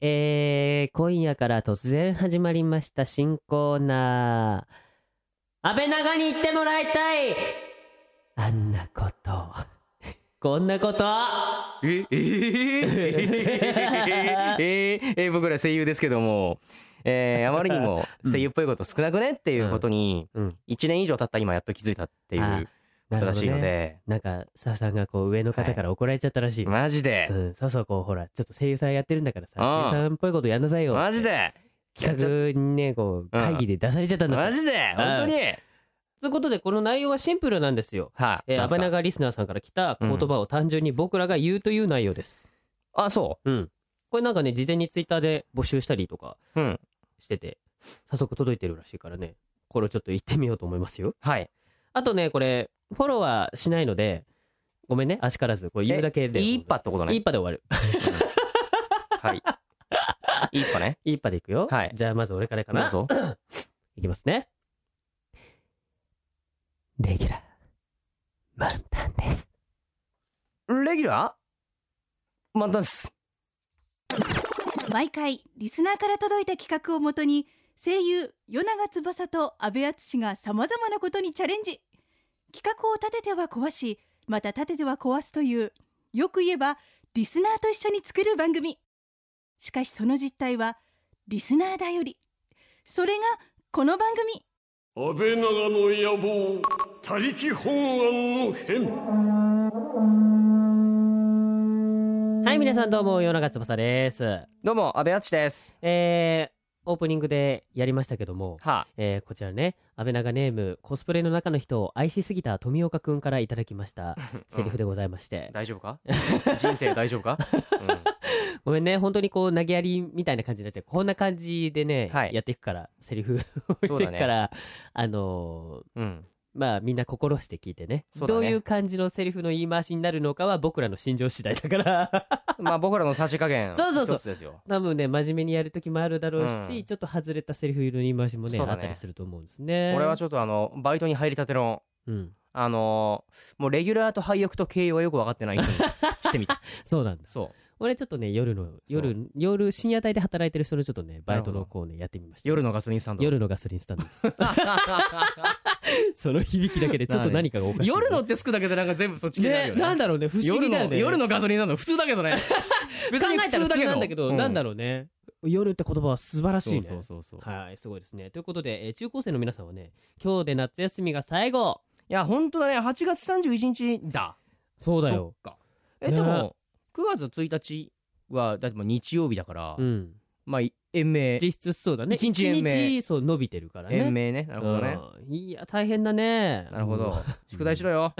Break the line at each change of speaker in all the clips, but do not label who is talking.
えー、今夜から突然始まりました新コーナー。安倍長に言ってもらいたいあんなこと、こんなこと
えええええ僕ら声優ですけども、えー、あまりにも声優っぽいこと少なくねっていうことに
うん。
1年以上経った今やっと気づいたってい
あ
うこ
な
と
るほ
ら
ど
しいの
ね。
で、
なんか、ささんがこう上の方から怒られちゃったらしい。
マジで
うん、そうそう、こう、ほら、ちょっと声優さんやってるんだからさ、
ああ
声優さんっぽいことやんなさいよ。
マジで
企画にね、こう、
うん
会議で出されちゃったんだ
マ
って。
ジで本当に
ということで、この内容はシンプルなんですよ。
は
えー、安倍
い
長リスナーさんから来た言葉を単純に僕らが言うという内容です。
あそ
うん。これなんかね、事前にツイッターで募集したりとか
ううん
してて、早速届いてるらしいからね、これをちょっと言ってみようと思いますよ。
はい
あとね、これ、フォローはしないので、ごめんね、あしからず、これ言うだけで。
いいっぱってことね
いいっぱで終わる。
はいいいっぱね
いいっぱでいくよ。
はい
じゃあ、まず俺からかな。
どうぞ
いきますね。レギュラー、満タンです。
レギュラー満タンです
毎回リスナーから届いた企画をもとに声優与永翼と阿部淳がさまざまなことにチャレンジ企画を立てては壊しまた立てては壊すというよく言えばリスナーと一緒に作る番組しかしその実態はリスナーだよりそれがこの番組
安倍長の野望他力本願の変
はい、皆さんどうも、世永翼です。
どうも安倍敦です
えー、オープニングでやりましたけども、
は
えー、こちらね、安倍長ネーム、コスプレの中の人を愛しすぎた富岡くんからいただきました セリフでございまして、
大丈夫か人生大丈夫か、
ごめんね、本当にこう、投げやりみたいな感じになっちゃう。こんな感じでね、
はい
やっていくから、セリフを言っていくから、あのー
うん、うん
まあみんな心して聞いてね
そうだ
ど
ね
ういう感じのセリフの言い回しになるのかは僕らの心情次第だから
まあ僕らのさじ加減
そうそうそう
一つですよ。
多分ね真面目にやる時もあるだろうし、
うん
ちょっと外れたセリフの言い回しもね
そう
あ
だ
っ
ね
たりすると思うんですね
俺はちょっとあのバイトに入りたての
うん、
あのーもうレギュラーと配役と経営はよく分かってない人にして みた。
そうなんです
そう
俺ちょっとね夜の夜夜深夜帯で働いてる人のちょっとねバイト
な
の
る
こうねやってみました
夜のガソリンスタンド。
夜のガソリンスタンドですその響きだけでちょっと何かがおかしい
夜のってつくだけでなんか全部そっち系になる
ね
よね。
なんだろうね不思
夜
議だよ
の
ね
夜のガソリンスタンド普通だけどね。 別
考
に
えたら普通なんだけど、
う
なんだろうね夜って言葉は素晴らしいね
そうそうそうそう。
はい、すごいですね。ということで、えー中高生の皆さんはね、今日で夏休みが最後
いや本当だね。8月31日だ。
そうだ
そ
よ。
っか。え
ね
でも9月1日はだってもう日曜日だから、
うん。
まあ延命
実質そうだね。
一日延命
一日そう、伸びてるからね。
延命ね。なるほどね。
うんいや、大変だね。
なるほ
うん
ど。。宿題しろよ。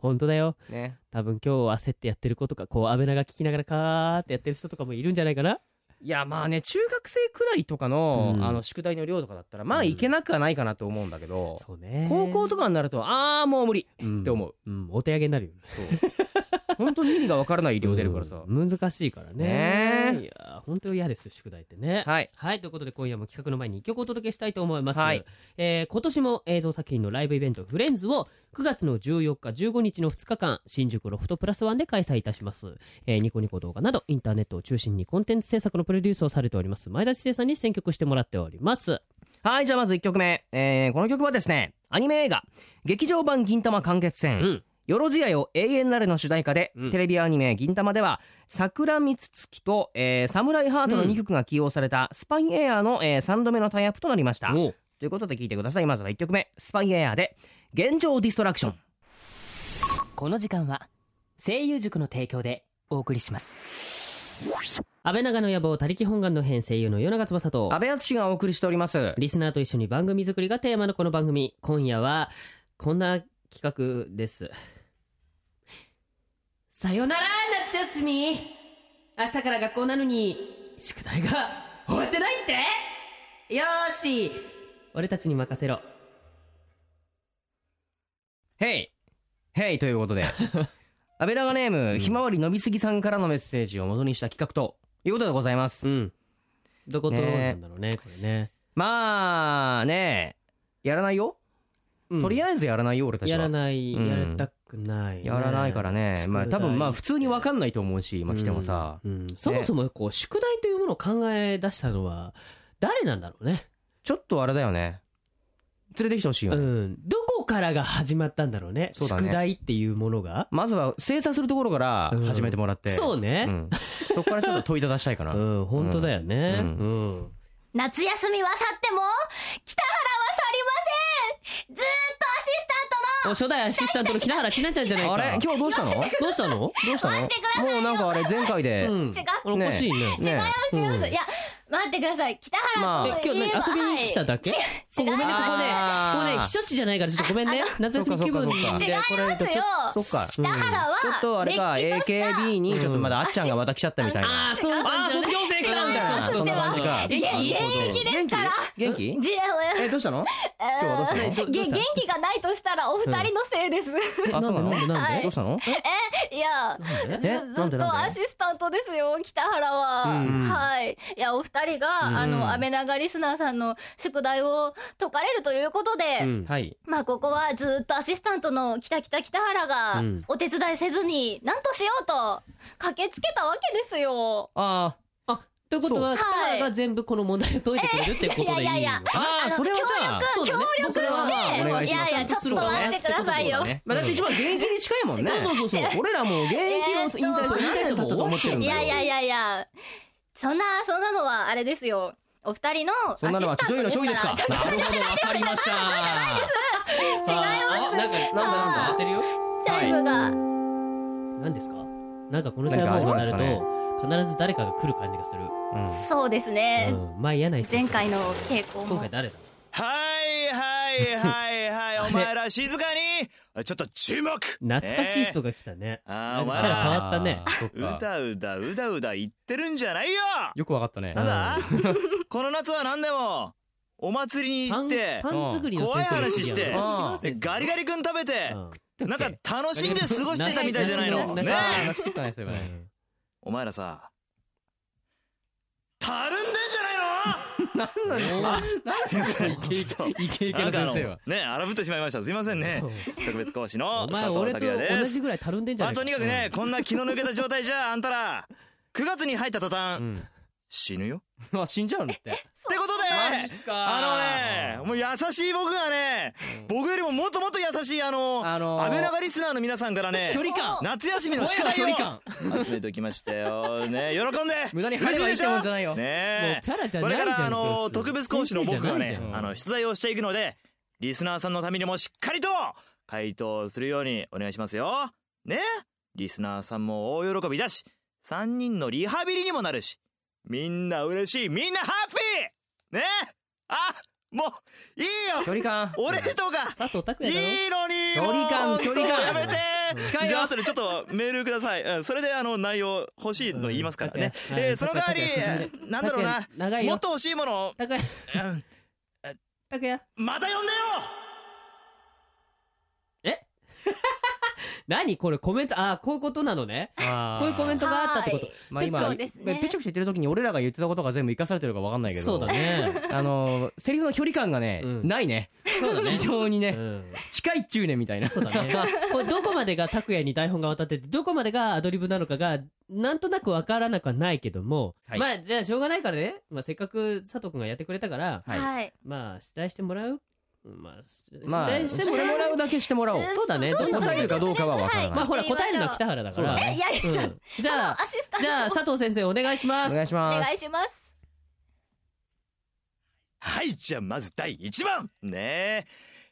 本当だよ。
ね。
多分今日焦ってやってる子とか、こう、安倍長聞きながらカーってやってる人とかもいるんじゃないかな。
いやまあね中学生くらいとかの,、
うん
あの宿題の量とかだったらま
う
あ
ん
いけなくはないかなと思うんだけど、
そうね。
高校とかになるとああもう無理
っ
って思う。
うん、お手上げになるよね。
本当に意味がわからない量出るからさ、
うん難しいからね。
ねえ
いや、本当に嫌です、宿題ってね。
はい
はい、ということで今夜も企画の前に一曲お届けしたいと思います。
はい
えー今年も映像作品のライブイベントフレンズを9月の14日15日の2日間新宿ロフトプラスワンで開催いたします、えーニコニコ動画などインターネットを中心にコンテンツ制作のプロデュースをされております前田知世さんに選曲してもらっております
はいじゃあまず1曲目、えーこの曲はですねアニメ映画「劇場版銀魂完結
う
編
ん
よろずやよ永遠なれ」の主題歌で、
うん
テレビアニメ「銀魂」では桜光月と、えー、サムライハートの2曲が起用されたスパイエアーの、え3度目のタイアップとなりました、
おう
ということで聞いてくださいまずは1曲目「スパイエアー」で「現状ディストラクション」
この時間は声優塾の提供でお送りします
安倍長の野望他力本願の編声優の与永翼と
安倍敦がお送りしております
リスナーと一緒に番組作りがテーマのこの番組今夜はこんな企画ですさよなら夏休み明日から学校なのに宿題が終わってないってよーし俺たちに任せろ
ヘイヘイというこ とで安倍長ネーム、
うん
ひまわりのびすぎさんからのメッセージを元にした企画ということでございます、
んどこと
ねえ
なんだろうねこれね
まあねやらないよ
うん
とりあえずやらないよ俺たちは
やらない、
うん
やりたくない、
やらないからねまあ多分まあ普通に分かんないと思うし今来てもさ、
うんうんそもそもこう宿題というものを考え出したのは誰なんだろうね
ちょっとあれだよね連れてきてほしいよ
う
ね、
んどこからが始まったんだろうね
そうだね
宿題っていうものが
まずは精査するところから始めてもらって、
そう
う
ね
んそこからちょっと問いただしたいかな、
うん本当だよね
うん
うん
夏休みは去っても、北原は去りませんずーっとアシス
お初代アシスタントの北原しなちゃんじゃないか
あれ今日どうしたのど
どうしたの
うしたのもうなんかあれ前回で、
うん
違う
あれおかしいね
ね
タントの違います。いや、待ってください。北
ま
原
あ
と
え今日
いえば、
何遊びに来た
はい
だけ
違う
ごめんねここね
あー
ここね避暑地じゃないからちょっとごめんね夏休み気分で
そっかそっかそっか
来られるとちょっと
そっか、
北原は、
ちょっとあれか
れっきとした
AKB にちょっとまだあっちゃんがまた来ちゃったみたいな
あーそういう感じ
あー卒業生来たみたいな
ううう
そんな感じか
元気
元気ですから。
元気
じ
えどうしたの
え
今日はどうした
ー
の
どどう
げ
した
元気がないとしたらお二人のせいです。
あそうなの
なんでなんでなんで
どうしたの
いや、
なんで
え
ず
なん
っ
でな
とア
んで
シスタントですよ北原は、
うん
はいいやお二人が、
うん
あの雨長リスナーさんの宿題を解かれるということで、
うん
はい
まあここはずっとアシスタントの北北北原が
うん
お手伝いせずに何としようと駆けつけたわけですよ
あ
ということは
そ
北
う
原が全部この問題を解いてくれるってことでいいのか
いやいやいや
ーあー
あの
それはじゃあ
協力
そうだね僕
協力
らは
して、
お願い
い
します
やいやちょっと待ってくださいよ、
まあだって一番現役に近いもんね
そうそうそうそう
俺らもう現役を引退する引退すると思ってるん
い
だよ
やいやいやいやそんなそんなのはあれですよお二人のア
そ
シスタ
ん
ン
な
ト
のはちょいのちょいですか
ですから
なるほどわかりました
違いますなんかなんだなんだ当てるよ
チャイムが、
何ですかなんかこのチャーム音が鳴ると必ず誰かが来る感じがする
そうですね、
うん前柳井先生
前回の傾向
今
も
回誰だ
はいはいはいはい、お前ら静かにちょっと注目
懐かしい人が来たね
えーあー
な
お
んか
前
キャラ変
ら
わったね
そっ
う
か
だうだうだうだ言ってるんじゃないよ
よくわかったね
なんだこの夏は何でもお祭りに
パ
行
ン
って
パン作りの先生
怖い話して
うん
でガリガリ君食べて
うん
なんか楽しんで過ごしてたみたいじゃないの
な
ね
し
あー
え
話食ったねそういえばね
お前らさたるんでん
なんだ
もう
じゃないのちょっと
イケイケ
な
の
んか
先
あの
生は
ね荒ぶってしまいましたすいませんね特別講師の
お前
佐藤
俺と
拓也です
同じぐらいたるんでんじゃ
ま
な
あ
いか
とにかくね、こんな気の抜けた状態じゃあんたら9月に入った途端、
うん
死ぬよ
あ死んじゃうんだって
ってことで
マジっすか
あのねもう優しい僕がね、僕よりももっともっと優しいあの
あのー
安倍長リスナーの皆さんからね
距離感
夏休みの宿
声の距
題
離感
を集めておきましたよね喜んで
無駄に入ればいいってもんじゃないよ
も
ねえ
うキャラじゃ
こ
ない
れ
じゃん
からあの
別に
特別講師の僕が
先生じゃない
ね
じゃん
あの出題をしていくのでリスナーさんのためにもしっかりと回答するようにお願いしますよねリスナーさんも大喜びだし3人のリハビリにもなるしみんな嬉しいみんなハッピーねあもういい
距離
よ
感
俺とか
佐藤拓
いい
也だろ
のに
距離感
もう本当
距離感
やめて
近いよ
じゃあ後でちょっとメールください、うんそれであの内容欲しいの言いますからね、
うん
えーその代わり
拓也進んで
えーなんだろうな
拓也長い
も
よ
っと欲しいものを
拓也
うん
拓也
また呼んでよ
何これコメントあーこういうことなのね
こ
こういうコメントがあったってこと
はい
まあ今
そうですね
ペチョクチ言ってる時に俺らが言ってたことが全部生かされてるかわかんないけ ど
そうだね
あのセリフの距離感がね
うん
ないね
そうだね
非常に
う
ね
ん
近いっちゅうねみたいな
そうだね、まあ、これどこまでが拓也に台本が渡っててどこまでがアドリブなのかがなんとなくわからなくはないけども、
はい
まあじゃあしょうがないからね、まあ、せっかく佐藤君がやってくれたから、
はい
はい
まあ出題してもらうまあ出
まあ
題してもらう、
らうだけしてもらおう
そうだね
そう
どんな
答えるかどうかはわからない
まあほら答えるのは北原だから
そうだ
えいやいやちょっ
うんじゃあ
とアシスタント
じゃあ佐藤先生お願いしま
お
す
願いし
お
ま
願い
す
します
はいじゃあまず第1番ね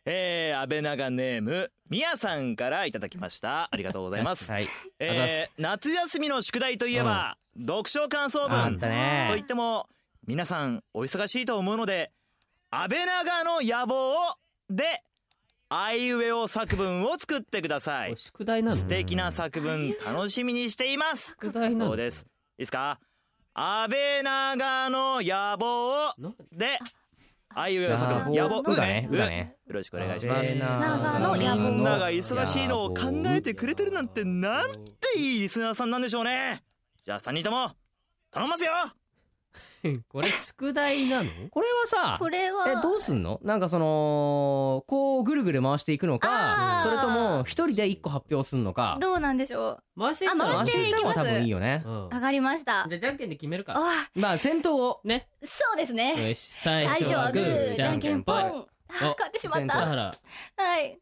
ええー、安倍長ネームみやさんからいただきましたありがとうございます、
はいありがとうござい
えー、夏休みの宿題といえば、読書感想
あ
文
んた
と言っ
ね
ても皆さんお忙しいと思うので安倍長の野望をであいうえお作文を作ってください
お宿題なの
素敵な作文楽しみにしています
宿題なの
そうですいいですか安倍長の野望
な
であいうえお作文
野
野
望
望
うだね
う
うだね
よろしくお願いします
安倍長
長野野望
みんなが忙しいのを考えてくれてるなんてなんていいリスナーさんなんでしょうねじゃあ3人とも頼んますよ
これ宿題なの
これはさ
これは
えどうすんのなんかそのこうぐるぐる回していくの
あ
か
ー
それとも一人で一個発表すんのか
どうなんでしょ
回していっ
あ
たら
回して
い
い
っ
き
た
ま
も
す
多分いいよね
う、ん
う上がりました
じゃあじゃんけんで決めるか
あ
まあ先頭を
ね
そうですね
よし最
最
初
初
は
は
グ
グ
ー
ー
じ
じ
ゃ
ゃ
ん
ん
け
け
ん
ん
ぽ
ぽ
ん
ん
はい
あー買ってしまっ
あ
北
た
原
はい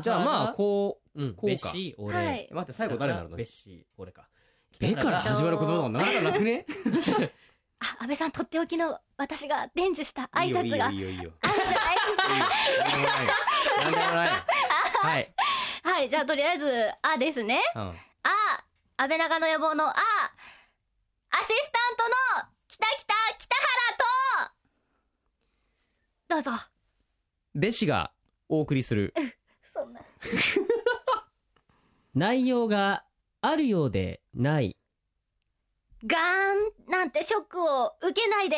じゃあまあこ
うん
こうか
飯俺、
は
え
い
待って最後誰なの
べっし俺か
べから始まる言葉もなかなかなくね
あ安倍さんとっておきの私が伝授した挨拶があるじゃない
いいよいいよいいよいいよ
ですか
いいよなんでもない はい、
はいじゃあとりあえず「あ」ですね
うん、
「あ」安倍長の野望の「あ」アシスタントの北北北原とどうぞ
べしがお送りする
そんな
内容があるようでない
ガーンなんてショックを受けないで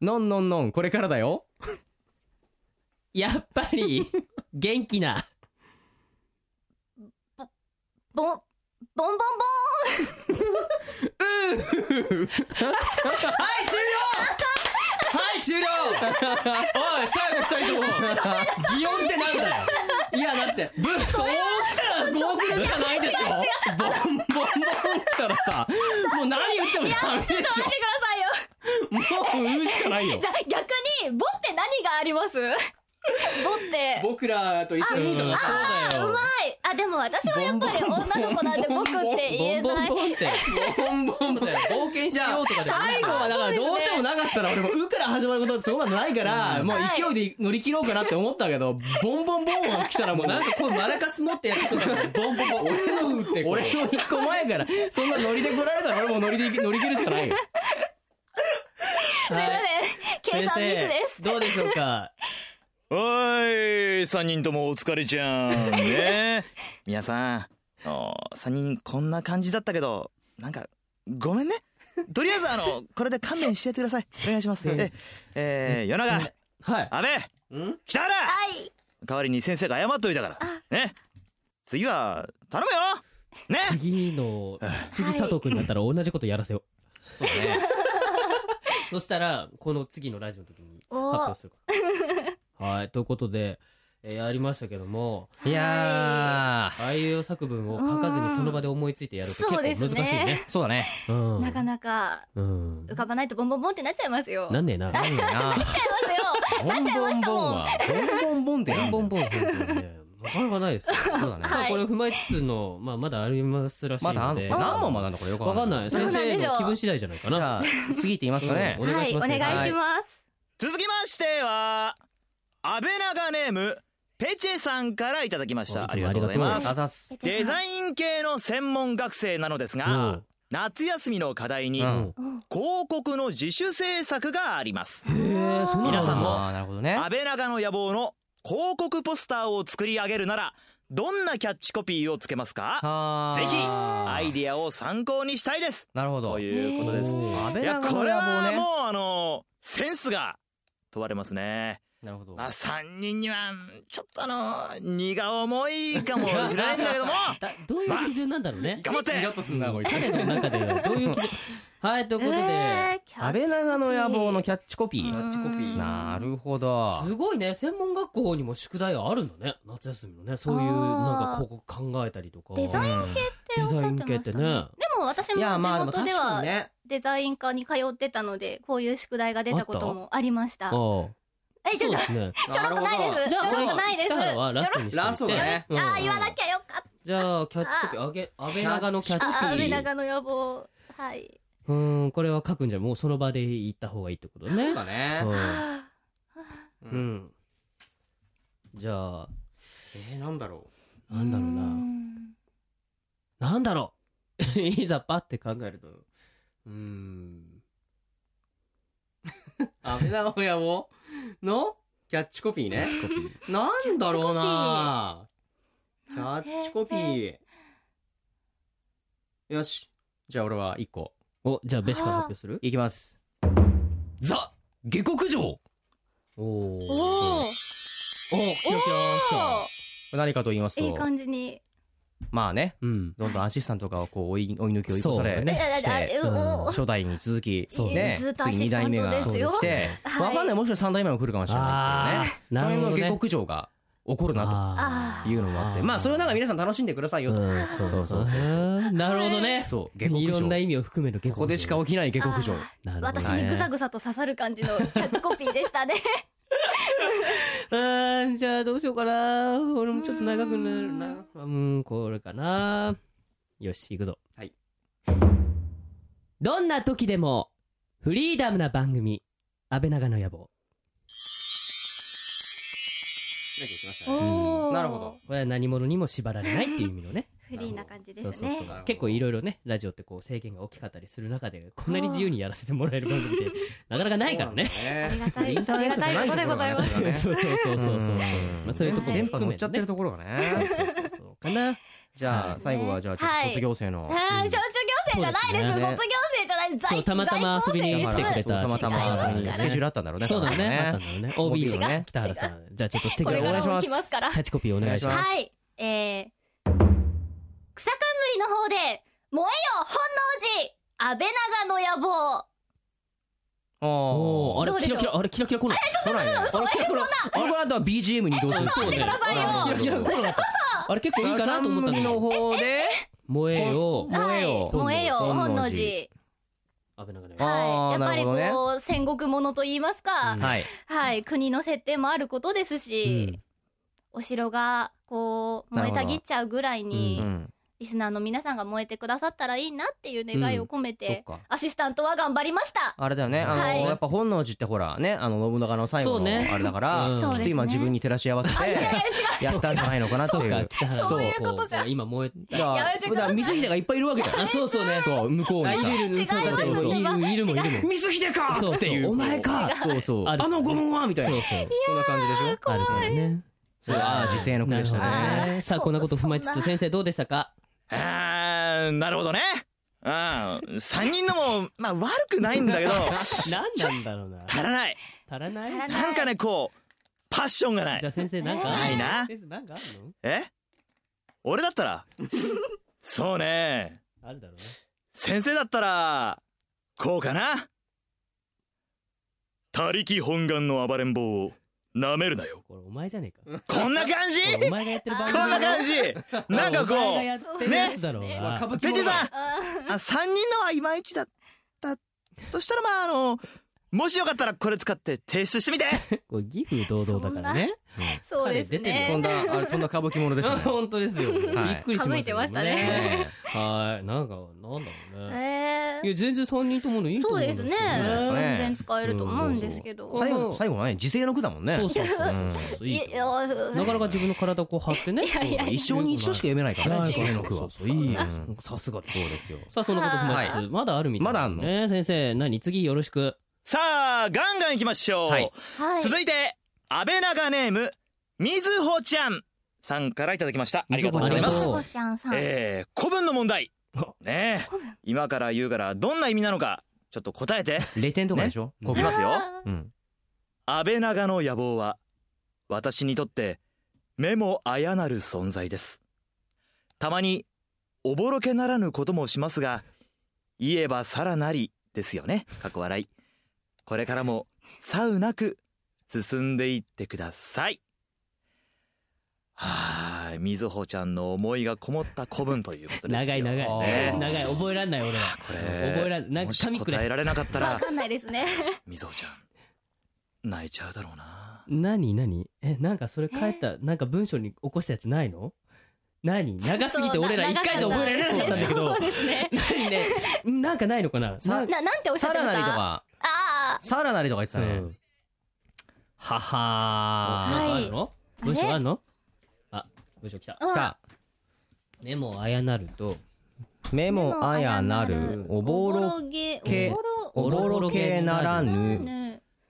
のんのんのんこれからだよ
やっぱ り元気な
ボンボンボンボン
はい終了はい終了おい最後二人とも擬音ってなんだよいやだってぶそうきたら合格しかないでしょボンボンボン来たらさもう何言ってもダメでし
見てくださいよ
ょもううしかないよ
じゃあ逆にボって何があります ボって
僕らと一緒にいるとか
あーうまいあでも私はやっぱり女の子なんで僕って言えない
ンって
ボンボンボン
冒険しようとかでも
最後はだからどうしてもなかったら俺も「う」から始まることってそこまでないからもう勢いで乗り切ろうかなって思ったけ どボンボンボンは来たらもうなんかこうマラカス持ってやつとかボンボンボン俺の「う」って俺の一個前からそんなノリで来られたら俺もノリで乗り切るしかないよ
すいません計算ミスです
どうでしょう か
おーい3人ともお疲れちゃん ね皆さんあー3人こんな感じだったけどなんかごめんねとりあえずあのこれで勘弁してやってくださいお願いしますええー、夜中
はい
安倍
ん
北原
はい
代わりに先生が謝っといたからね次は頼むよね
次の次佐藤君だったら同じことやらせよう そうねそしたらこの次のラジオの時に
お
発
ー
表する からはいということで、えー、やりましたけども
いや
ああいう作文を書かずにその場で思いついてやると結構難しい
そうです
ね
ね。
そうだね
うん
なかなか
うん。
浮かばないとボンボンボンってなっちゃいますよ
なんねえな。
いいなボン
なっちゃい
ボ
ま
ン
した
ボン
もん
はボンボンボンってなんだ
ボン
よ
ボンボンボンね。なかなかないですよ。
そうだね
さあ
はい
これを踏まえつつのまあまだありますらしい
まだあ
の
んの
で。
何問まであんのこれよく
わかんない。先
どうなん
生
でしょ
の
う
気分次第じゃないかな。
じゃあ次って言いますかね
うんお願いします
はいお願いします
続きましては安倍長ネームペチェさんからいただきまし
いつも
たありがとうござい
あ
ま
りがとうございます
す
あざっす
デザイン系の専門学生なので
う
すが
ん
夏休みの課題に
う
広
ん
告の自主制作があります
へえそんなのあるんだ
皆さんも
あーなるほどね
安倍長の野望の広告ポスターを作り上げるならどんなキャッチコピーをつけますか
はー
ぜひアイディアを参考にしたいです
なるほど
ということで
へ
す
ー
安倍
いや
長
こ
の
れ
野
は
望
も
ね
うあのセンスが問われますね
なるほど
まあ3人にはちょっとあの荷が重いかもしれないんだけど も
だどういう基準なんだろうね。
頑張って
イラッとすんなこいつ
彼の中ではどういう基準。はいということで。
えーキャッチ
安倍長の野望のキャッチコピー
キャッチコピー
なるほど
すごいね専門学校にも宿題あるんだね夏休みのねそういうなんか広告考えたりとか
デザイン系っておっしゃっ
デ
てました
ザイン系
ね
って
で
ね
も私も
い
地
やまあでも
元
確
で
かに
は
ね
デザイン科に通ってたのでこういう宿題が出たこともありました
ああ
えち
そう
ょっ
で
と
すね
ちょろくないです
じゃあこ
ちょ
れ
ろくないです
北原はラストにしておいて
ラストだね
うん
あー言わなきゃよかっ
じゃあキャッチコピーあげ安倍長のキャッチ
た
コ
あー安
ピ
倍
ー
長の野望はいう
ーんこれは書くんじゃもうその場で言った方がいいってこと
そ
ね
うだね
うんうんじゃあ
えーなんだろ
なんだろう
うー
なんなんだろう いざパって考えるとうーん
う安倍長の野望のキャッチコピーねなんだろうなキャッチコピーよしじゃあ俺は一個
おじゃあべしから発表する
いきますザ下克上
おおー
おお
おきよきよ
お
何かと言いますと
いい感じに
まあね
うん
どんどんアシスタントがこう追い追い抜き追い越さ
そ
れ、
うだね
え
し
あれあれ
て
う
うん
お
初代に続き
そう
ね
ずっとア
次
シ
二
スタン
代
ト
目が
ですよ
来て
はい
わかんないもしかしたら3代目も来るかもしれないっていうね
あーなるほどね
それの下克上が起こるな
あ
あ
というのもあって
あー
まあそれをなんか皆さん楽しんでください
ー
よと、
うんそう
そうそうそうそう
あーなるほどね
そう下
い
克
ろんな
上
意味を含める下克上
ここでしか起きない下克上
あ
なるほどね
私にぐさぐさと刺さる感じのキャッチコピーで したね
うーんじゃあどうしようかな俺もちょっと長くなるなうんこれかなよし行くぞ
はい
どんな時でもフリーダムな番組安倍長の野望
おー
なるほど
これは何者にも縛られないっていう意味のね
フリーな感じで
そう
す
そうそう
ね
結構いろいろねラジオってこう制限が大きかったりする中でこんなに自由にやらせてもらえる番組ってなかなかないからね
ありがたい
インター
あ
ネッ
りが
トじゃ
た
ないい
こと
こ
で
ろが
ござい
ね
ます
それがね
そうそうそうそうそう
うん
まあそういうとこも
はい
電波乗っちゃってるところがね
そうそうそうそうかな
じゃあ最後はじゃあちょっと卒業生の、
はい、卒業生じゃない
そ
です。
うですね
卒業生じゃない、在
そうたまたま遊びに
在校
来
生
てくれ
です
た
たまたま遊びにスケジュールあったんだろうね
そうだね。あったんだ
多分
ろうね。OB
違
の
う
ね、北原さん。じゃあちょっと素敵
こ
な
れ
お
か
願い
ら
し
も
ます
来ますから。
キャッチコピーお願いし
お
ま
願
す。
はい、えー、草冠の方で、燃えよ本能寺安倍長の野望
お
お
お、
ー
あ
ど
れ
うで
キラキ
しょう
ラ、あれキラキラ来ない。
ほらねあれ結構これあとは BGM に移動するそうね
あれキラキラ来なかった。あれ結構いいかなと思った
の
の。
方で
萌えよ。
はい、燃えよ本能寺。
安倍長ね。
あ
は
ー
い、やっぱりこう、
なるほ
戦国ものと言いますか、
うん
はい
はい、国の設定もあることですし、お城がこう燃えたぎっちゃうぐらいに、
う
リスナーの皆さんが燃えてくださったらいいなっていう願いを込め、
そってか
アシスタントは頑張りました。
あれだよねあの
はい
やっぱ本能寺ってほらねあの信長の最後
そうね
のあれだ か
う
ら
ん
きっと今自分に照らし合わせてやったん じゃないのかなって
そう
い
か、
う
北原さん。
そういう
ことじゃ。今萌え。
だから
やめてくだ
だ
さい
から光秀がいっぱいいるわけだよ
あ、そうそうね。
そう向こう
あ
にさ
いるいる、そうだ
違います
そうそういるいるもいるも。
光秀か
そうそう
っていう
お前か
そうそう
ある
門はみた
そうそう。
そんな感じでしょ
あるからね。
そうああ時勢の句
な
で
る
し
ほ
た
ど
ね
ね。さあ、こんなこと踏まえつつ、先生どうでしたか
あーなるほどねうん3人のもまあ悪くないんだけ ど
何なんだろうな。
足らない
足らない
なんかねこうパッションがない
じゃあ先生なんかある
ないな
先生なんかあるの
え俺だったら そうね
あるだろうね。
先生だったらこうかな他力本願の暴れん坊を舐めるなよ
これお前じゃねえか。
こんな感じ
これお前がやってる番
こん
組だろ
な感じなんかこ
お前がや
う
ってるやつだろう
ね
な。
舞
ペチさん
あ
あ3人のはいまいちだったとしたらまああのもしよかったらこれ使って提出してみて
これ義父堂々だからね。
ーそうです
彼出て
飛ん
ね。
だあれ飛んだ歌舞伎ものでし たね
本当です よ。びっくりしましたけどね。
省いてましたね
ね
はい。なんかなんだろうね。
え
い
ー
や全然三人とものいいと
そ
思
う
うん
です
けど
ね。
そうですね
全然使えると思うんですけど。
うんそうそう
最後最後ね時勢の句だもんね
そうそうそうそうそう。
い
いい
や
と思うなかなか自分の体をこう張ってね。
や
そう
一生に一度しか読めないからね時勢の句は
そうそうそういいよ
うん
さすがです
そうですよ
さあそんなこと踏まえつつまだあるみたい
まだあんの
ね先生何次よろしく
さあガンガンいきましょう、
はい
はい。
続いて安倍長ネームみずほちゃんさんからいただきましたありがとうございま
みず
す
ほ
コシちゃんさん。
えー、古文の問題ねえ
古文
今から言うからどんな意味なのかちょっと答えて
0点とかでしょ
ね
こう
いきますよ
うん
安倍長の野望は私にとって目もあやなる存在ですたまにおぼろけならぬこともしますが言えばさらなりですよね過去笑いこれからもさうなく進んでいってくださいはあみずほちゃんの思いがこもった古文ということですよ
長い長い長
ね
い覚えらんない俺は
これ
覚えらんないなん
も
か
し
紙くれ
答えられなかった
わ
ら
かんないですね。
みずほちゃん泣いちゃうだろうな
何何えなんかそれ書いたなんか文章に起こしたやつないの何長すぎて俺ら一回じゃ覚えられなかったんだけど
そうですね。
何ねなんかないのかな
さ
なんか
ななんておっし
さ
ゃって
ら
まし
なりと
た。あ
か
あ
さらなりとか言ってた
う
ね
ん
はは
なん
は
か
い
あるの文章あるのあ文章来た
ー。うん
さあ
メモあやなると
目
で
もあやなるおぼろ
げ
け
おぼろ
おぼろけならぬ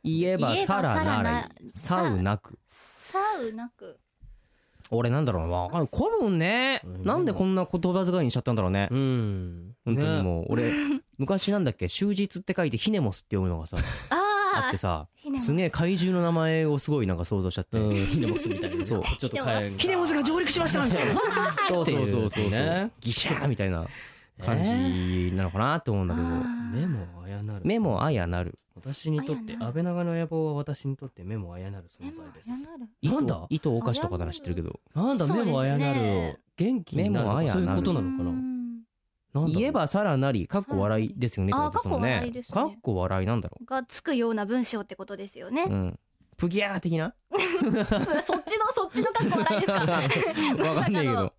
言えばさらなりさうなく
さうなく
俺なんだろうなわかんない古文ね
うん
なんでこんな言葉遣いにしちゃったんだろうね
うん
本当に
ね
もう俺昔なんだっけ終日って書いてヒネモスって読むのがさ
あ
あっ
あ
てさ
ひひねも
すげえ怪獣の名前をすごいなんか想像しちゃって。
うん、ヒネモスみたいなね。
そう
ちょっと変えん
ヒネモスが上陸しましたみたいな。 そうそうそうそう。
ね
ギシャーみたいな感じなのかなと思うんだけど。
あ
目もあやなる。
目もあやなる。
私にとって、安倍長の野望は私にとって目もあやなる
ー
存在です。
メモやなる
なんだ
糸おかしとかなら知ってるけど。
なんだ、
そう
目
ですね
もあやなるを元気になると
目もあ
か
や
そう
なる
いうことなのか
う
な。
ん
なんだろう
言えばさらなり、かっこ笑いですよね。
あー
ってこと
かっこ笑い
で
です
す
ね
もんねかっこ笑いなんだろ
がつくような文章ってことですよね
う。う。ん。プギャー的な
そっちのそっちのかっこ笑いですか。
わかんないけど。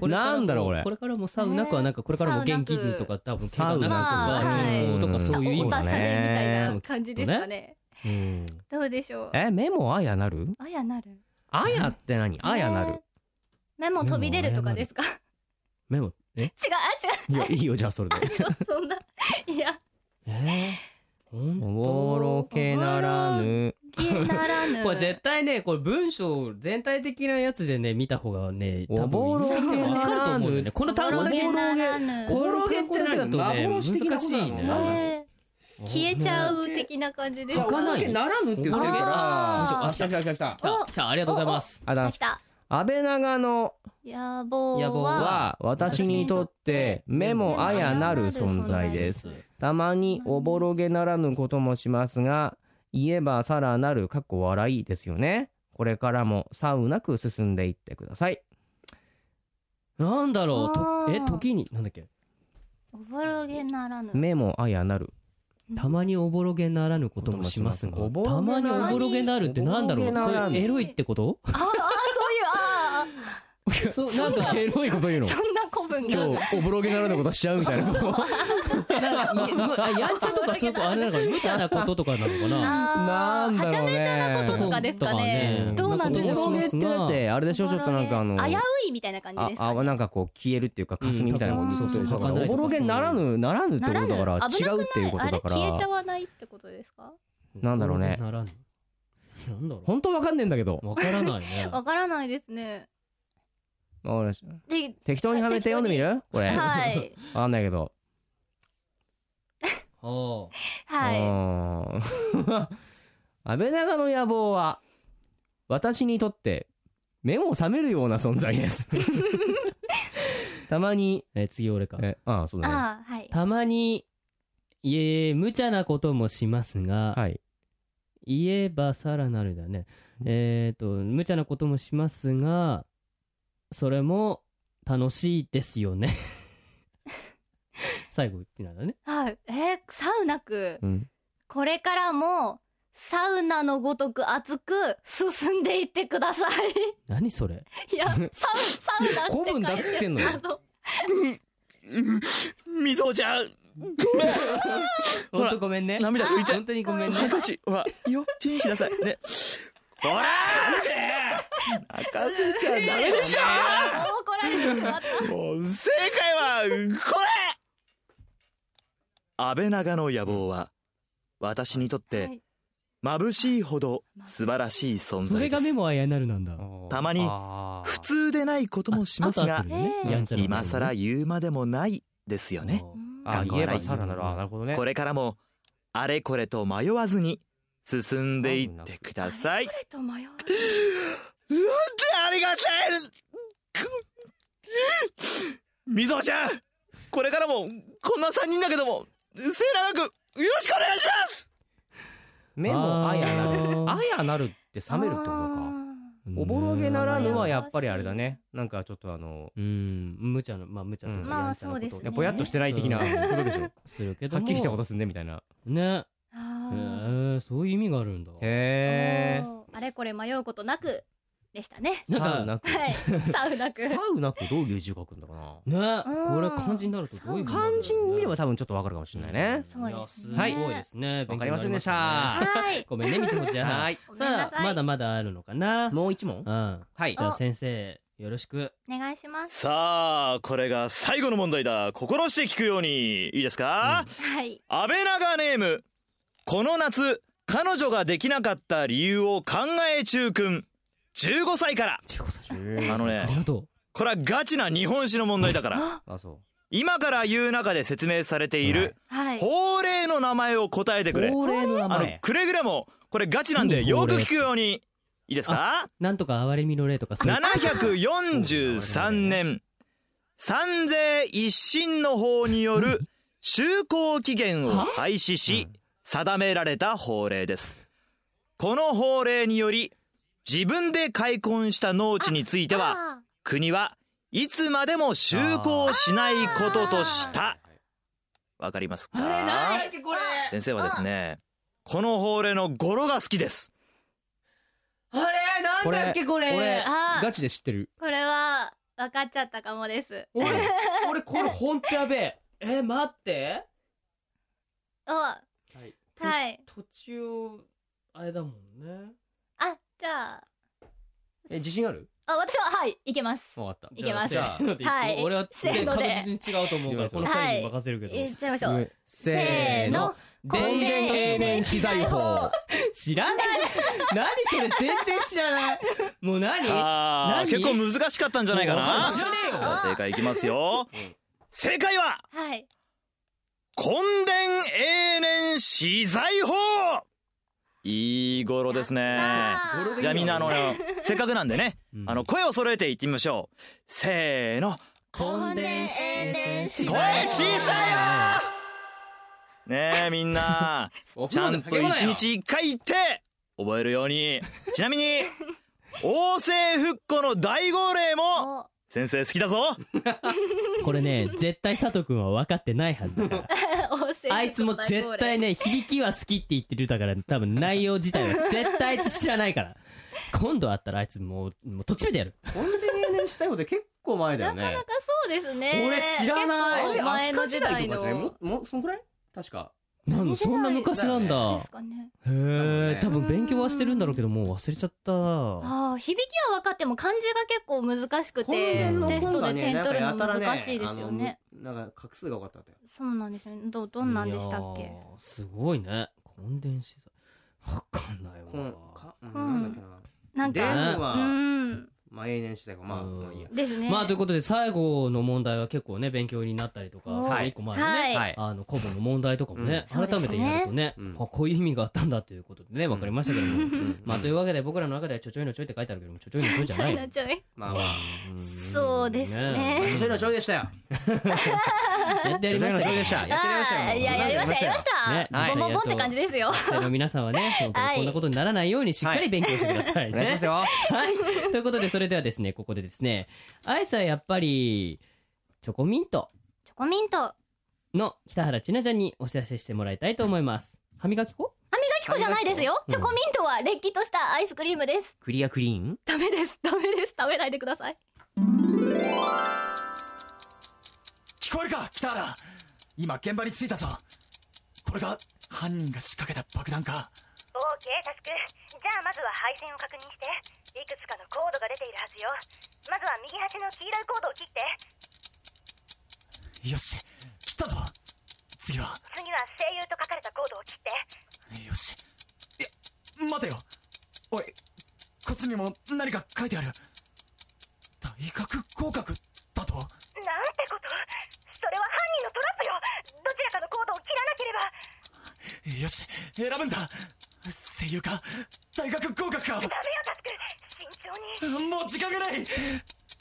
これからも
なんだろうこれ
これからもサウナくはなんかこれからも元気にとか多分
サウ
怪
ナ区
我なくと
まあ
か健康とか
はい
そういう意
お
味
たしゃ
ね
れみたいな感じですかね。
うん
どうでしょう。
え、目もあやなる
あやなる。
あやって何あやなる。。
目も飛び出るとかですか。違う
目もえ
あ
いや、いいよ、じゃあそれで。
違う。そんな。いや。
えー
おぼろけならぬ。
気なら ぬ。
これ絶対ねこれ文章全体的なやつでね見た方がね多
おぼ
分
ろ
分
げならぬ
かると思うんだよねこの単語だけ
おぼろげならぬ
この単語だけだとね
幻的な
難
こ
し
と
い
なの
ね
ね消えちゃう的な感じです
わかんないね
ならぬって言ってる
あー
から。あ、来た来た来た来た。
さあじゃあありがとうございます
あだ
来、た。
安倍長の
野望
野望
は。
は私にとって目もあやなる存在です。たまにおぼろげならぬこともしますが、言えばさらなるかっこ笑いですよね。これからもサウなく進んでいってください。
なんだろう
あ
と
ー
え時になんだっけ
おぼろげならぬ。
目もあやなる。
たまにおぼろげならぬこともしますが
おぼ
た
ろげ
ま
なら
に
ぬ
おぼろげなるってなんだろ
お
う
ぼろ
そ
げなら
れ
ぬ
エロいって こと
ああそういうああ
そうなんか
エロいこと言うの
そんな古文が。
今日おぼろげならぬことしちゃうみたいなこと。
いやまあやんちゃとかそういうことあれなのかな無茶なこととかなの かな
ああ
なんだ
はち
ろ
ゃ
うね
めちゃなこととかですかね
とかね
どうなんでしょう
な
お
んか
ぼろげってだってあれでしょちょっとなんかあの。
危ういみたいな感じ
あ
ですか、
あ
ね、
なんかこう消えるっていうか霞みたいなこと
うん
そうそう
儚いとか
おぼろげならぬならぬってことだから
ならぬ危
違
なくな
うっていうことだから
あれ消えちゃわないってことですか
なんだろうね
おぼろげならぬなんだろ
本当わかんねえんだけど
うわからない ね
わからないですね
わかりました
で
適当にはめて読んでみるこれわ
はい
かんないけど
あ
う
は
ー ん安倍長の野望は私にとって目も覚めるような存在です たまに
ーえ次俺か
えああそう
い
だね
ああはい
たまにいえ無茶なこともしますが、
はい
言えばさらなるだねえっ、と無茶なこともしますがそれも楽しいですよ ね最後言ってなんだね
はいえー、サウナく
うん
これからもサウナのごとく熱く進んでいってください
何それ
いやサウサウナって書いて
古文出しってんのよ
あの
みぞおちゃんごめんほら
ごめんね
涙拭いて
本当にごめんね
ハンカチほらよチンしなさいねほら泣かせちゃダメでし
怒られてしまった
ょもう正解はこれ安倍長の野望は私にとっ
は
て
い
眩しいほど素晴らしい存
それ
在で
がメ
す
モあやなるなんだ
たまに
あー
普通でないこともしますが
ちょっと合ってるよね
えー
やんちゃなこともね
今更言うまでもないですよね
あ
あ
ー
言えばさらなるあーなるほどね
これからもあれこれと迷わずに進んでいってください
あ。れと迷
う
わ
んてありがたいみぞおちゃんこれからもこんな3人だけども末永くよろしくお願いします
目もあやな
あ
る。
ー
あやなるって冷めるってことか。おぼろげならぬはやっぱりあれだね。なんかちょっとあの、
うん無茶なまあ無茶とかやんちゃなこと
まあそうですね
ぼやっとしてない的なこと でしょ。
するけど
はっ
も
きりしたことすんねみたいな。
ねえ
あ
ー、そういう意味があるんだ
へ
ーあれこれ迷うことなくでしたね
え。
なんか
サウナく。
はいサウナく
サウナくどういう字を書くんだろう
ね
な。
うん
これ漢字になるとどういうふうになるんだろうね
漢字に見れば多分ちょっとわかるかもしれないね。
そうですね
いやすごいですね。
わかりませんでした
勉強になりまね
はい
ごめんね、みつもちゃん。
はい。
ごめんな
さ
さ
あ、
い
まだまだあるのかな。うん。
もう一問
じゃ
はい。
あ先生、よろしく。
お願いします
さあこれが最後の問題だ心して聞くようにいいですか、
はい
安倍長ネームこの夏彼女ができなかった理由を考え中君15歳からあの
あり
ね
がと
これはガチな日本史の問題だから
あ、そ
今から言う中で説明されている
はい
法令の名前を答えて
う。
くれ
令の名
あの。くれぐれもこれガチなんで
何これ
よく聞くようにいいですか
なんとか哀れみの例とかそういう
743年三税一新の法による就航期限を廃止し定められた法令ですこの法令により自分で開墾した農地については
あ
国はいつまでも就航しないこととしたわかりますか先生はですねこの法令の語呂が好きです
なんだっけこれ俺
あ
ガチで知ってる
これは分かっちゃったかもです
俺俺これほんとやべええ待って
おは
はい
い
途中あれだもんね
あじゃあ
え自信ある
あ私ははいいけます
わかった
いけます
じゃあせーのでいこう
はい
俺は
せーので
確実に違うと思うからこの
は
二人
い
に任せるけど
いっちゃいましょう
せ
せーの
電源永年資材法知らない 何それ全然知らないもう何
さあ
何
結構難しかったんじゃないか
もう知
な
らねえよ
さあ正解いきますよ正解は
はい
根伝永年資材法いい語呂ですね
あー
じゃあみんなあ のせっかくなんでね
うん
あの声を揃えていってみましょうせーの
根伝永年資
声
材
小さいよねえみんな
お
ち
風
ゃ
呂で
ん
叫
と
ば
一
なよ
日一回言って覚えるよ うにちなみに王政復古の大号令も
お
先生好きだぞ
これね絶対佐藤君は分かってないはずだ から
おせ
あいつも絶対ね響きは好きって言ってるだから多分内容自体は絶対あいつ知らないから今度会ったらあいつもうもうとっちめてやる
コンデニエンスタイムって結構前だよ
なか
ね
なかそうですね
俺知らない
結構前の時
飛鳥時代
代
とかじゃないも
の
うもうそんくらい確か
なんだそんな昔なんだ
ですかね
へえ多
多
分勉強はしてるんだろうけどもう忘れちゃった
ああ響きは分かっても漢字が結構難しく
今年
て
の
テスト
本が
で
ね
点取る
な
の
んかやたら
難しいですよね
あのなんか画数が多かったんだよ
そうなんですよねどうどんなんでしたっ
いや
け
ーすごいねコンデンシザわかんない
こん
わ
か、うん、なんだっけな
なん
電
か
話
うん
まあ永年時代がまあ
うん
まあいいや
ですね
まあということで最後の問題は結構ね勉強になったりとか
はい
その一個前のね、
はい
はい
あの古文の問題とかもね、
うん
改めてやるとね
そうですねうん
あこういう意味があったんだということでね分かりましたけども、
うん
まあというわけで僕らの中ではちょちょいのちょいって書いてあるけどもちょちょいのちょいじゃ
ち
な
ょ
い
い
よ
のちょい
まあまあ
うん
そうですね
ちょちょいのちょいでしたよ
やってやりました
ちょ
よ
いのちょいでしたやってやりましたよ
あーいややりましたやりました、
ねはい
ボンボンボンって感じですよ
学生の皆さんはね本当にこんなことにならないようにしっかり勉強してください
お
ね、
願いしますよ
はい。ということで、それではですね、ここでですね、アイスはやっぱり、チョコミント
チョコミント
の北原千奈ちゃんにお知らせしてもらいたいと思います。歯磨き粉
キコじゃないですよ
うん
チョコミントはれっきとしたアイスクリームです
クリアクリーン
ダメですダメです食べないでください
聞こえるか北原今現場に着いたぞこれが犯人が仕掛けた爆弾か
OK タスクじゃあまずは配線を確認していくつかのコードが出ているはずよまずは右端の黄色いコードを切って
よし切ったぞ次は
次は声優と書かれたコードを切って
よしいや待てよおいこっちにも何か書いてある体格合格だと
なんてことそれは犯人のトラップよどちらかのコードを切らなければ
よし選ぶんだ声優か大学合格か
ダメよタスク慎重 に
もう時間がない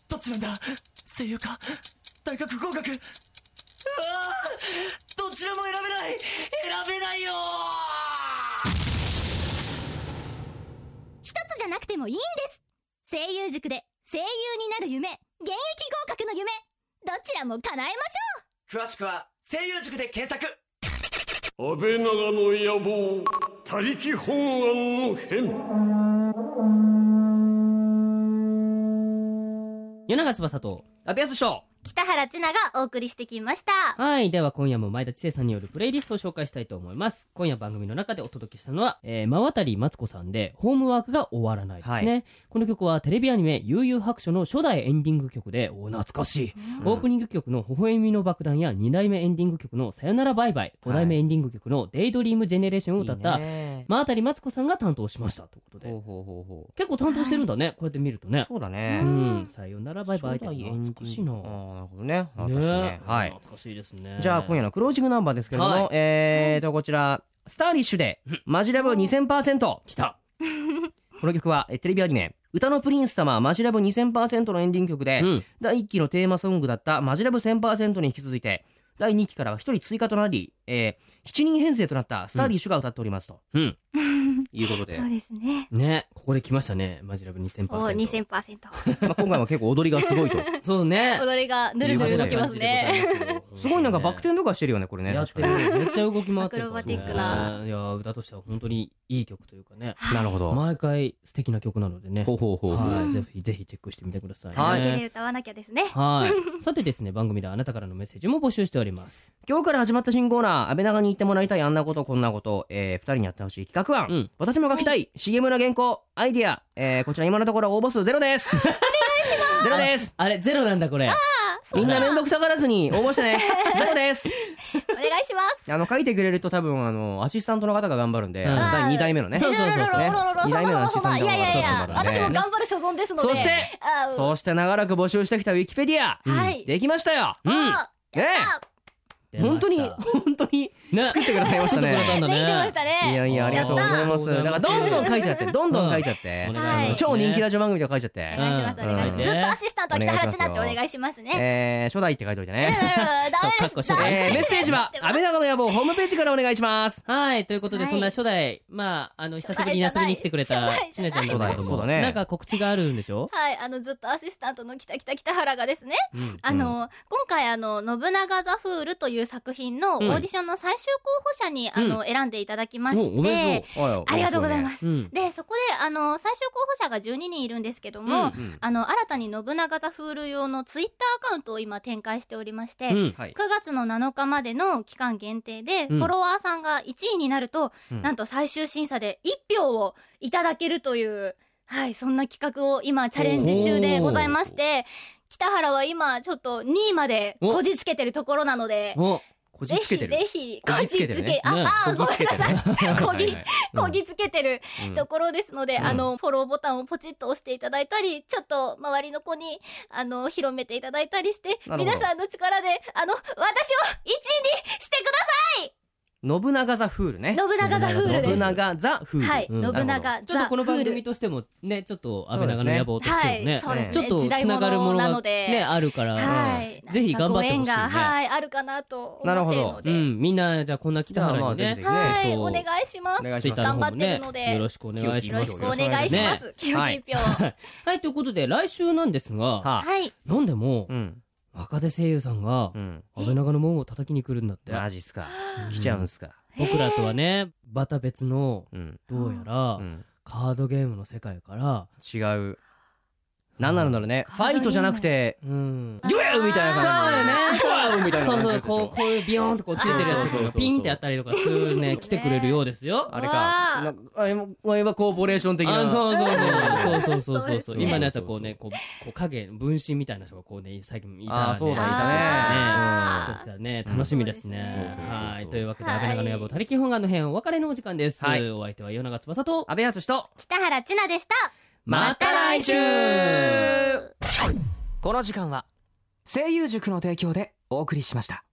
どっちなんだ声優か大学合格うわーどちらも選べない選べないよ
一つじゃなくてもいいんです声優塾で声優になる夢現役合格の夢どちらも叶えましょう
詳しくは声優塾で検索
安倍長の野望他力本願の変
夜長翼と。
アピアスショー
北原千奈がお送りしてきました
はい。では今夜も前田知世さんによるプレイリストを紹介したいと思います。今夜番組の中でお届けしたのは、えー、真渡り松子さんで、ホームワークが終わらないですね。この曲はテレビアニメ、悠々白書の初代エンディング曲で、おー、懐かしい。オープニング曲の微笑みの爆弾や2代目エンディング曲のさよならバイバイ、5代目エンディング曲のデイドリームジェネレーションを歌った、真渡り松子さんが担当しました。ということで
ほう。ほうほうほ
結構担当してるんだね。こうやって見るとね
う。そうだ
う
ね
ん。さよならバイバイって
初代エンディン
懐か
グ
しいな。
あーなるほどね
ね
私ねはい
懐かしいですね。
じゃあ今夜のクロージングナンバーですけれども、
はい
えーとこちらスターリッシュで、マジラブ2000%。来た。この曲はえテレビアニメ、歌のプリンス様マジラブ2000%のエンディング曲で、第1期のテーマソングだったマジラブ1000%に引き続いて、第2期からは1人追加となり、えー7人編成となったスターリッシュが歌っておりますと。
うん。
いうことで。
そうですね。
ね、ここで来ましたね。マジラブ2000%。
お2000%。
まあ今回も結構踊りがすごいと。
そうね。
踊りがぬるぬる動きますね。
すごいなんかバク転とかしてるよね、これね。
やってるめっちゃ動き回ってるから
アクロバティックな
そういや歌としては本当にいい曲というかね
なるほど。
毎回素敵な曲なのでね
ほうほうほうほう。
はい、ぜひぜひチェックしてみてくださいね
はい
手で歌わなきゃですね。
はい。さてですね、番組ではあなたからのメッセージも募集しております。
今日から始まった新コーナー、安倍長に言ってもらいたいあんなことこんなこと、えー、二人にやってほしい企画案、
うん
私も書きたい、CM の原稿、アイディア、えー、こちら今のところ応募数ゼロです。お願いします。 ゼロです。
あれ、ゼロなんだこれ。
みんな面倒くさがらずに応募してね。ゼロです。
お願いします。
あの、書いてくれると多分、あの、アシスタントの方が頑張るんで、
うん
第2代目のね。
そうそうそうそう
ね二代目のアシスタント
い
の
やい
方が
やいや、
そうそう
私
そう
も頑張る所存ですので。
そして、
あう
そうして長らく募集してきたウィキペディア、
はい。
できましたよ。
あ
ね
あ
出
え
ました
本当に、本当に
ね、
作ってくださいましたね。
作ってくださったんだ
できてまし
ね。
た
いや
ね。
いやありがとうございます。
や
だ
った
からどんどん書いちゃって、どんどん書いちゃって
お、願いしますね。
超人気ラジオ番組とか書いちゃって
お、願いします。お願いし
うん
ます。ずっとアシスタントは北原千奈ってお願いしますね。
えー、初代って書いといて
うん
ね。
ダメ です。
そう
ダ
かっこして
メ
えー、メッセージは安倍長の野望ホームページからお願いします。
はいということで、
はい
そんな初代まああの
初
久し
代
ぶりに遊びに来てくれた
初代
ちなちゃんなんだけども
そうだね。
なんか告知があるんでしょ
はい、あのずっとアシスタントの北北北原がですね、
ん
あの、今回あの信長ザフールという作品のオ
うん
ーディションの最終候補者に、あの選んでいただきま
お
して、
おめで
ありがとうございますす。
うん
でそこであの最終候補者が12人いるんですけども、
うん
うん
あの新たに信長ザフール用のツイッターアカウントを今展開しておりまして、
うん
はい
9月の7日までの期間限定で、
うん
フォロワーさんが1位になると、
うん
なんと最終審査で1票をいただけるという、はい、そんな企画を今チャレンジ中でございまして、北原は今ちょっと2位までこじつけてるところなので、
お
こ
ぜ
じつ
ひ
けて
ぜ
る。
ひ、
こ
こ
じ
じ
つ
つ
け
け
てるね
ね
あ、あー、ご
こじつ
めん
けて
な
る
さ
ね
い。こ
はい
ぎ
はい、
こぎつけてる
うん
ところですので、
うん
あの、フォローボタンをポチッと押していただいたり、ちょっと周りの子に、あの、広めていただいたりして、
なるほど
皆さんの力で、あの、私を一位にしてくだ
信長ザフールね。
さい信長ザフールで
信
す。
長ザフール。
はい、
うん
信
なるほ
長
ちょっと
ザ・フ
この番
ー
組
ル。
としてもねちょっと安倍長の野望としても
は
ね,、
い、そうですね。
ちょっと
時代
つながるもの
な
が
ので、
ねあるから、
はい、
ぜひ頑張ってほしいね
なんかご縁が、はい、あるかなと思っているの
う
で、
んみんなじゃあこんな北原
まあまあ
に
ぜひ
ね
ぜひ
は
ね
い、
そう
お願いします。
お
よ
願い
ツ
し
イッターの方
ます
も
頑張って
ね
るので
よろしくお願いし
ろ
ま
し
す
くお願いします。キュ
はい
ー票。は
はいということで来週なんですが、
はあ
い、
なんでも、
うん。
若手声優さんが
うん。
安倍長の門を叩きに来るんだって
マジっすか。来ちゃうんすか。
僕らとはねまた別の
うん。
どうやら
うん
カードゲームの世界から
違う。何なんだろうね。ファイトじゃなくて、
うん
ギュエみたいな感じ。
そう
ギュエみたいな
そう
感じ
そう
のやつでしょ
こうこういうビヨーンとこうついてるや
そうそうそう
つ
そう
ピンってやったりとかするね来てくれるようですよ
あれ
わ
か
あ。
なんかあ今今コーポレーション的な。
あそうそうそうそうそうそうそうそう
うん
今のやつはこうねこうこう影分身みたいな人がこうね最近いたね
あーそうだい
ね
た
あ
ですからね楽しみです
そう
ね
です
ね
はいというわけで「
はい
安倍長の野望たりき本願」の編お別れのお時間です
はい
お相手は与永翼と
安倍敦と
北原千奈でした。
また来週
この時間は声優塾の提供でお送りしました